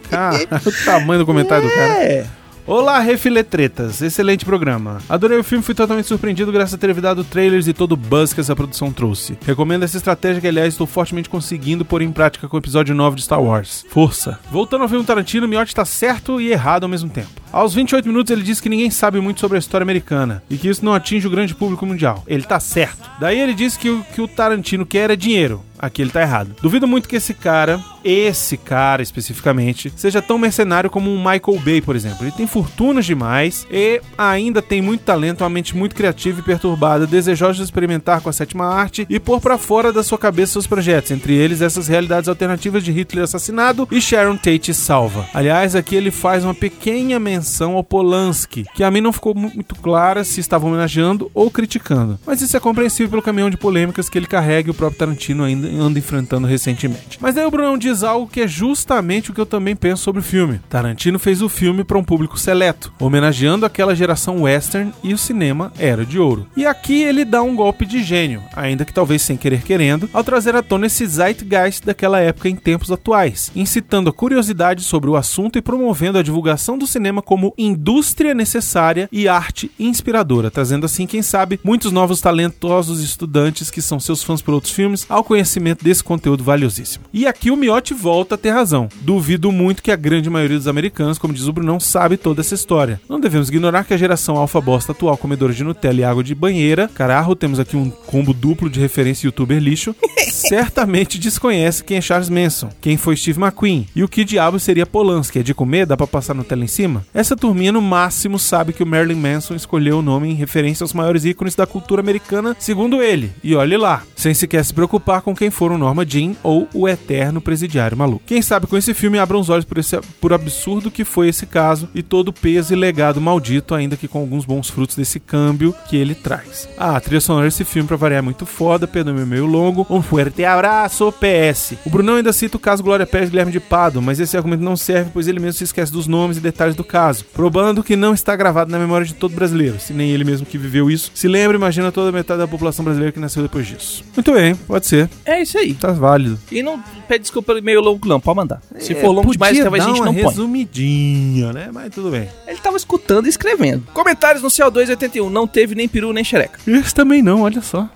A: Cara, (laughs) o tamanho do comentário do cara.
B: É.
A: Olá, refiletretas. Excelente programa. Adorei o filme, fui totalmente surpreendido graças a ter evitado trailers e todo o buzz que essa produção trouxe. Recomendo essa estratégia que, aliás, estou fortemente conseguindo pôr em prática com o episódio 9 de Star Wars. Força. Voltando ao filme Tarantino, Miotti está certo e errado ao mesmo tempo. Aos 28 minutos, ele diz que ninguém sabe muito sobre a história americana e que isso não atinge o grande público mundial. Ele tá certo. Daí ele diz que o que o Tarantino quer é dinheiro. Aqui ele tá errado. Duvido muito que esse cara, esse cara especificamente, seja tão mercenário como um Michael Bay, por exemplo. Ele tem fortunas demais e ainda tem muito talento, uma mente muito criativa e perturbada, desejosa de experimentar com a sétima arte e pôr pra fora da sua cabeça seus projetos, entre eles essas realidades alternativas de Hitler assassinado e Sharon Tate salva. Aliás, aqui ele faz uma pequena menção ao Polanski, que a mim não ficou mu- muito clara se estava homenageando ou criticando. Mas isso é compreensível pelo caminhão de polêmicas que ele carrega e o próprio Tarantino ainda anda enfrentando recentemente. Mas daí o Brunão diz algo que é justamente o que eu também penso sobre o filme. Tarantino fez o filme para um público seleto, homenageando aquela geração western e o cinema era de ouro. E aqui ele dá um golpe de gênio, ainda que talvez sem querer querendo, ao trazer à tona esse zeitgeist daquela época em tempos atuais, incitando a curiosidade sobre o assunto e promovendo a divulgação do cinema como indústria necessária e arte inspiradora, trazendo assim, quem sabe, muitos novos talentosos estudantes que são seus fãs por outros filmes ao conhecimento desse conteúdo valiosíssimo. E aqui o Miotti volta a ter razão. Duvido muito que a grande maioria dos americanos, como diz o Brunão, sabe toda essa história. Não devemos ignorar que a geração alfa bosta atual, comedora de Nutella e água de banheira, cararro, temos aqui um combo duplo de referência youtuber lixo, certamente desconhece quem é Charles Manson, quem foi Steve McQueen e o que diabo seria Polanski. É de comer? Dá pra passar Nutella em cima? Essa turminha no máximo sabe que o Marilyn Manson escolheu o nome em referência aos maiores ícones da cultura americana, segundo ele. E olhe lá, sem sequer se preocupar com quem for o Norma Jean ou o eterno presidiário maluco. Quem sabe com esse filme abra os olhos por esse por absurdo que foi esse caso e todo o peso e legado maldito, ainda que com alguns bons frutos desse câmbio que ele traz. Ah, a trilha sonora desse filme, pra variar, é muito foda, Pedro meu meio longo. Um fuerte abraço, PS. O Brunão ainda cita o caso Glória Pérez e Guilherme de Pado, mas esse argumento não serve, pois ele mesmo se esquece dos nomes e detalhes do caso, probando que não está gravado na memória de todo brasileiro, se nem ele mesmo que viveu isso se lembra, imagina toda a metade da população brasileira que nasceu depois disso. Muito bem, pode ser,
B: É isso aí.
A: tá válido.
B: E não pede desculpa pelo e-mail longo, não. Pode mandar. Se for
A: É,
B: longo
A: Podia
B: demais, talvez a
A: dar
B: gente
A: uma
B: não põe.
A: resumidinha, né? Mas tudo bem.
B: Ele tava escutando e escrevendo. Comentários no CO281. Não teve nem peru nem xereca.
A: Esse também não, olha só.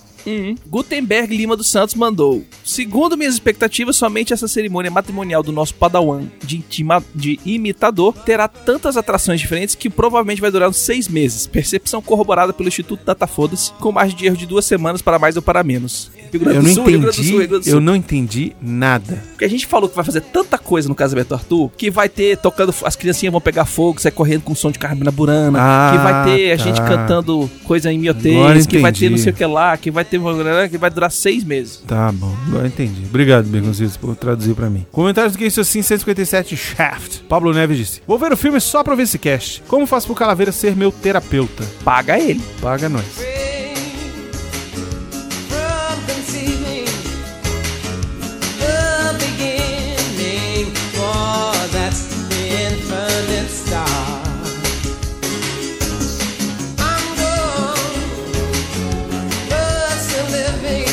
B: Gutenberg Lima dos Santos mandou. Segundo minhas expectativas, somente essa cerimônia matrimonial do nosso padawan de, intima- de imitador terá tantas atrações diferentes que provavelmente vai durar uns seis meses. Percepção corroborada pelo Instituto Datafodas, com margem de erro de duas semanas para mais ou para menos. Rio Grande
A: eu
B: do
A: não
B: Sul, Rio Grande do
A: entendi,
B: Sul, Rio Grande do Sul.
A: eu não entendi nada.
B: Porque a gente falou que vai fazer tanta coisa no Casamento Arthur que vai ter tocando. fo- As criancinhas vão pegar fogo, sai correndo com som de Carmina Burana.
A: Ah,
B: que vai ter a
A: tá.
B: gente cantando coisa em
A: Agora
B: miotês, que vai ter
A: entendi.
B: não sei o que lá, que vai ter. que vai durar seis meses.
A: Tá bom, agora entendi. Obrigado, Begonzitos, por traduzir pra mim. Comentários do que isso assim, 157 Shaft. Pablo Neves disse: Vou ver o filme só pra ver esse cast. Como faço pro Calaveira ser meu terapeuta?
B: Paga ele.
A: Paga nós.
G: From conceiving the beginning, for that's the infinite star. I'm gone, but still living.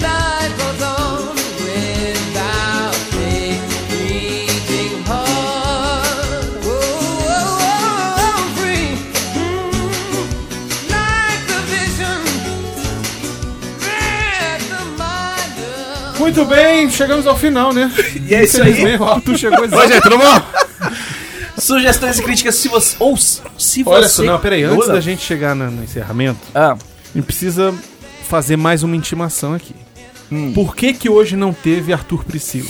G: Life goes on without me reaching hard. Whoa, whoa, whoa, I'm free. Mm, like the vision.
A: Muito bem, chegamos ao final, né?
B: E é isso aí.
A: Infelizmente, o Arthur (laughs) chegou exato.
B: (laughs) Sugestões e críticas se você. Ou se se você.
A: Olha só, não, peraí, antes
B: Olha.
A: da gente chegar na- no encerramento,
B: Ah,
A: a gente precisa fazer mais uma intimação aqui. Por que que hoje não teve Arthur Priscila?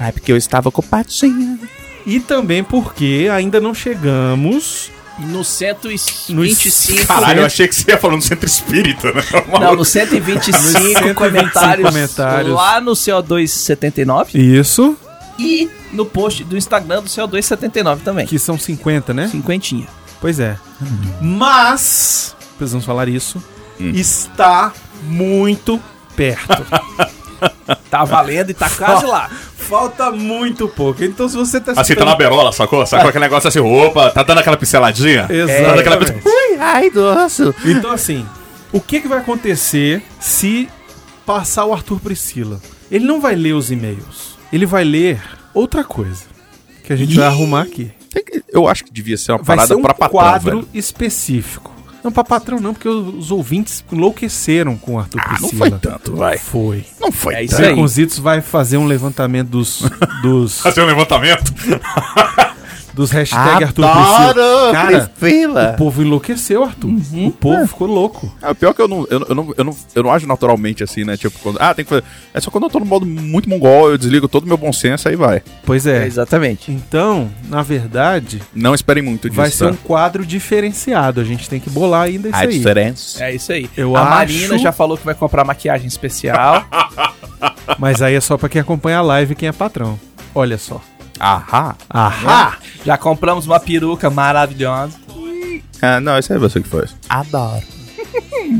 B: é porque eu estava ocupadinho.
A: E também porque ainda não chegamos
B: No
A: no
B: 125.
H: Caralho, eu achei que você ia falando centro espírita, né?
B: Não, no 125, comentários,
A: comentários.
B: lá no CO279
A: Isso,
B: e no post do Instagram do CO279 também.
A: que são 50, né?
B: Cinquentinha.
A: Pois é. Mas, precisamos falar isso, está muito perto.
B: Tá valendo e tá quase
A: (laughs)
B: lá.
A: Falta muito pouco. Então, se você tá
H: Assim, tá na berola, sacou? Sacou aquele negócio assim, opa, tá dando aquela pinceladinha? Tá dando aquela
A: Exatamente.
H: pincel-
K: Ai, doce.
A: Então, assim, o que, que vai acontecer se passar o Arthur Priscila? Ele não vai ler os e-mails. Ele vai ler outra coisa que a gente vai arrumar aqui.
H: Tem que- Eu acho que devia ser uma
A: Vai ser
H: parada
A: um
H: pra patrão,
A: quadro
H: velho.
A: específico. Não, pra patrão não, porque os ouvintes enlouqueceram com o Arthur
H: Ah, não
A: Priscila.
H: foi tanto, vai.
A: Foi. Então,
H: Não foi
B: É isso
H: tanto.
B: aí.
A: Beconzitos vai fazer um levantamento
H: (laughs)
A: dos, dos,
H: Fazer um levantamento.
A: (laughs) dos hashtags Arthur Priscila.
K: Adoro,
A: Cara, o
K: Priscila.
A: povo enlouqueceu, Arthur. O povo ficou louco.
H: É, o pior é que eu não, eu, não- eu não, eu, não, eu não ajo naturalmente assim, né? Tipo, quando. Ah, tem que fazer. É só quando eu tô no modo muito mongol, eu desligo todo o meu bom senso, aí vai.
A: Pois é.
B: Exatamente.
A: Então, na verdade,
H: Não esperem muito disso.
A: vai ser
H: tá?
A: um quadro diferenciado. A gente tem que bolar ainda isso
H: A
A: aí.
H: diferença.
B: É isso aí.
A: Eu
B: a
A: acho-
B: Marina já falou que vai comprar
A: (laughs)
B: maquiagem especial.
A: Mas aí é só pra quem acompanha a live e quem é patrão. Olha só.
H: Ahá.
A: Ahá!
B: já compramos uma peruca maravilhosa.
H: Ah, não, isso aí é você que faz.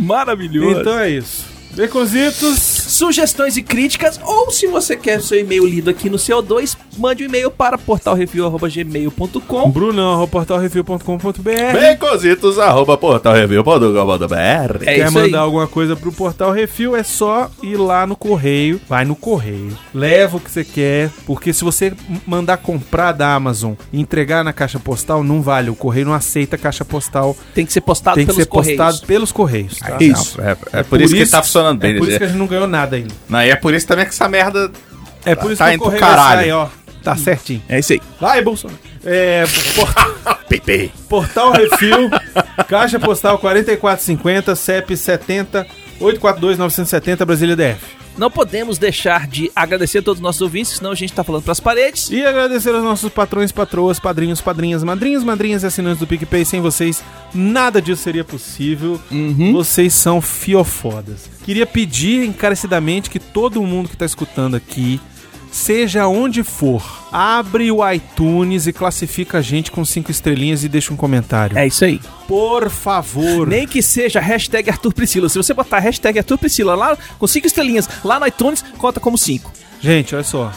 B: Maravilhosa.
A: Então é isso. Beconzitos.
B: sugestões e críticas, ou se você quer seu e-mail lido aqui no CO2, mande um e-mail para portalreview.gmail.com.
A: Brunão, portalreview.com.br.
H: Becositos, arroba portalreview.com.br.
B: É
A: Quer
B: isso aí.
A: mandar alguma coisa pro Portal Refil, é só ir lá no correio. Vai no correio. Leva o que você quer, porque se você m- mandar comprar da Amazon e entregar na caixa postal, não vale. O correio não aceita caixa postal.
B: Tem que ser postado
A: Tem que
B: pelos
A: ser
B: correios.
A: postado pelos correios. tá?
H: Isso. É, é por, isso, que tá funcionando bem.
A: É por isso que a
H: né?
A: gente não ganhou nada ainda.
H: Não, e é por isso também que essa merda.
A: É por
H: Tá
A: isso que
H: indo
A: o correio
H: pro caralho.
A: vai sair, ó. Tá certinho.
H: É isso aí.
A: Vai, Bolsonaro. É, por-
H: Pepe.
A: Portal
H: (laughs)
A: Refil, Caixa Postal 4450, CEP 70 842 970 Brasília DF.
B: Não podemos deixar de agradecer a todos os nossos ouvintes, senão a gente tá falando pras paredes.
A: E agradecer aos nossos patrões, patroas, padrinhos, padrinhas, madrinhas, madrinhas e assinantes do PicPay. Sem vocês, nada disso seria possível. Vocês são fiofodas. Queria pedir encarecidamente que todo mundo que está escutando aqui, seja onde for, abre o iTunes e classifica a gente com cinco estrelinhas e deixa um comentário.
B: É isso aí.
A: Por favor.
B: Nem que seja hashtag Arthur Priscila. Se você botar hashtag Arthur Priscila lá com cinco estrelinhas lá no iTunes, conta como cinco.
A: Gente, olha só.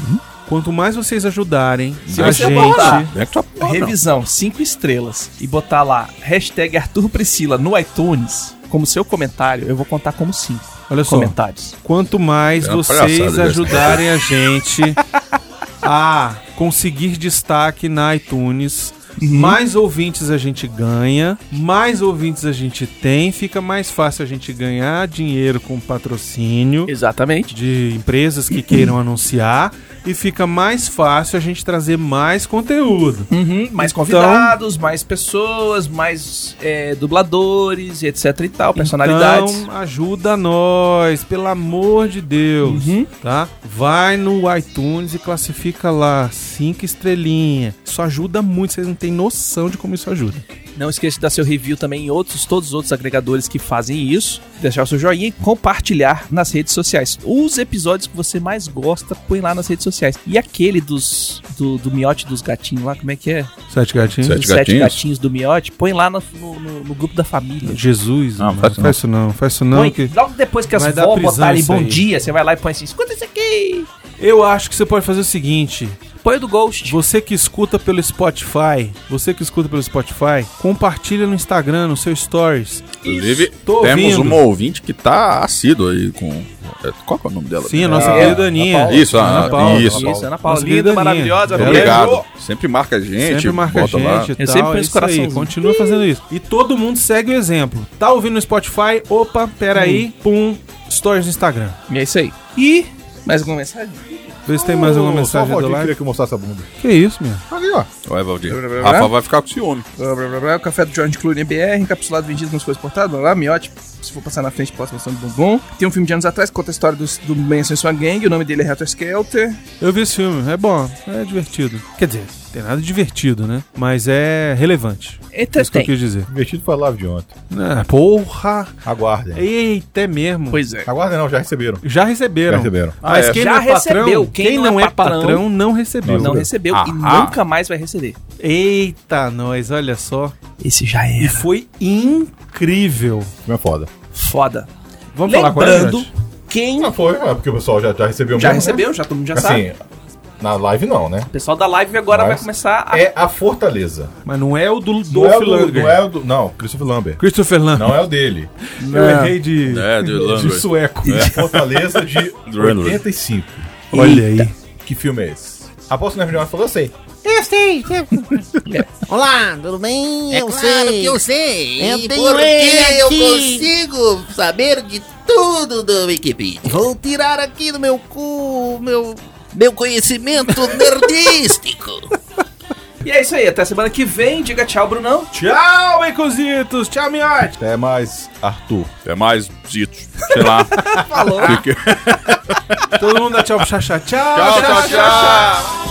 A: Quanto mais vocês ajudarem a
B: Uhum. você
A: gente...
B: botar-
H: Não é que tua porra, não.
B: Revisão, cinco estrelas. E botar lá hashtag Arthur Priscila no iTunes como seu comentário, eu vou contar como cinco
A: Olha só.
B: comentários.
A: Quanto mais
H: É uma
A: vocês
H: palhaçada,
A: ajudarem a gente a conseguir destaque na iTunes, mais ouvintes a gente ganha, mais ouvintes a gente tem, fica mais fácil a gente ganhar dinheiro com patrocínio
B: Exatamente.
A: de empresas que queiram anunciar. e fica mais fácil a gente trazer mais conteúdo.
B: Uhum, mais convidados, mais pessoas, mais é, dubladores, e etc e tal, personalidades.
A: Então, ajuda nós, pelo amor de Deus,
B: Uhum.
A: tá? Vai no iTunes e classifica lá cinco estrelinhas. Isso ajuda muito, vocês não têm noção de como isso ajuda.
B: Não esqueça de dar seu review também em outros, todos os outros agregadores que fazem isso. Deixar o seu joinha e compartilhar nas redes sociais. Os episódios que você mais gosta, põe lá nas redes sociais. E aquele dos do, do miote dos gatinhos lá, como é que é?
A: Sete gatinhos?
B: Dos Sete gatinhos do miote, põe lá no, no- no- no grupo da família.
A: Jesus,
L: Não,
A: mano,
L: faz isso
A: faz isso não, faz isso não.
B: Põe,
A: Que...
B: Logo depois que as
A: vai dar
B: vó
A: prisão
B: botarem
A: isso
B: bom
A: aí.
B: dia, você vai lá e põe assim: escuta isso aqui.
A: Eu acho que você pode fazer o seguinte:
B: Põe o do Ghost.
A: Você que escuta pelo Spotify, você que escuta pelo Spotify, compartilha no Instagram, no seu stories.
L: Inclusive,
A: Tô
L: temos
A: ouvindo.
L: uma ouvinte que tá assíduo aí com. é, Qual que é o nome dela?
A: Sim, a nossa
L: Ah,
A: querida Aninha.
L: Paula. Isso, a-
A: Ana Paula.
L: isso. Isso,
B: Ana
A: Nossa
B: Paula,
A: querida
B: linda,
A: Aninha.
B: maravilhosa,
A: Ela-
L: Obrigado. Sempre marca a gente.
A: Sempre marca a
L: bota
A: gente.
L: lá.
A: e
B: Eu
A: tal,
B: sempre penso
A: isso aí,
B: coraçãozinho.
A: Continua fazendo isso. E todo mundo segue o exemplo. Tá ouvindo no Spotify? Opa, peraí. Pum. Stories no Instagram.
B: E é isso aí. E mais alguma mensagem?
A: Vê se tem mais alguma
H: Ô, só o
A: mensagem do
H: Valdir
A: live.
H: queria que eu mostrasse a bunda.
A: Que isso, meu?
H: Ali, ó.
L: Vai, Valdir. Rafa vai ficar com ciúme.
B: Blá, blá, blá, blá, café do John de Cluny BR, encapsulado, vendido, não foi exportado, blá, blá, miote, se for passar na frente, próxima ação de bombom. Tem um filme de anos atrás que conta a história do, do Manson e sua gangue, o nome dele é Reto Skelter.
A: Eu vi esse filme. É bom. É divertido. Quer dizer, tem nada de divertido, né? Mas é relevante. É isso que eu
B: Entretém.
A: quis dizer.
H: Investido foi a live de ontem.
A: Ah, porra.
H: Aguardem.
A: Eita, é mesmo.
B: Pois é.
H: Aguardem não, já receberam.
A: Já
H: Já
A: receberam.
H: receberam.
A: Mas
L: Ah, é.
A: quem
B: Já
A: não é patrão,
B: recebeu.
A: Quem, não é patrão, não recebeu.
B: Não recebeu e
L: Ah,
B: nunca mais vai receber.
A: Eita, nós, olha só.
B: Esse já
A: E
B: é
A: foi incrível.
H: Não é foda.
B: foda.
A: Vamos
B: Lembrando,
A: falar com
B: quem
H: Não foi, é porque o pessoal já, já recebeu
B: já
H: mesmo,
B: recebeu, já todo mundo já
H: Né?
B: sabe. Ah.
H: Assim, na live não, né?
B: O pessoal da live agora
H: Mas
B: vai começar a...
H: É a Fortaleza.
A: a Mas não é o do
H: Não é o
A: Dolph
H: do,
A: Lundgren.
H: não é o do. Não, Christopher Lambert.
A: Christopher Lambert.
H: Não é o dele. É
A: Eu errei de,
L: É,
A: de
L: do Lundgren.
A: sueco.
H: Fortaleza de
L: Lundgren.
H: 85.
A: Olha aí.
H: Que filme é esse? Aposto que o Nerd Jordan falou, eu sei.
I: Eu sei. Olá, tudo bem? eu sei.
M: É que eu sei.
I: Eu
M: e
I: tenho
M: porque
I: ele
M: eu
I: aqui.
M: consigo saber de tudo do Wikipedia. Vou tirar aqui do meu cu, meu, meu conhecimento nerdístico.
B: E é isso aí, até semana que vem. Diga tchau, Brunão.
A: Tchau, baconzitos. Tchau, miote.
H: Até mais, Arthur.
L: É mais Zito. Sei
H: (laughs)
L: lá.
B: Falou.
A: Todo mundo dá tchau pro chachá. Tchau,
L: tchau, tchau. tchau.
G: Oh,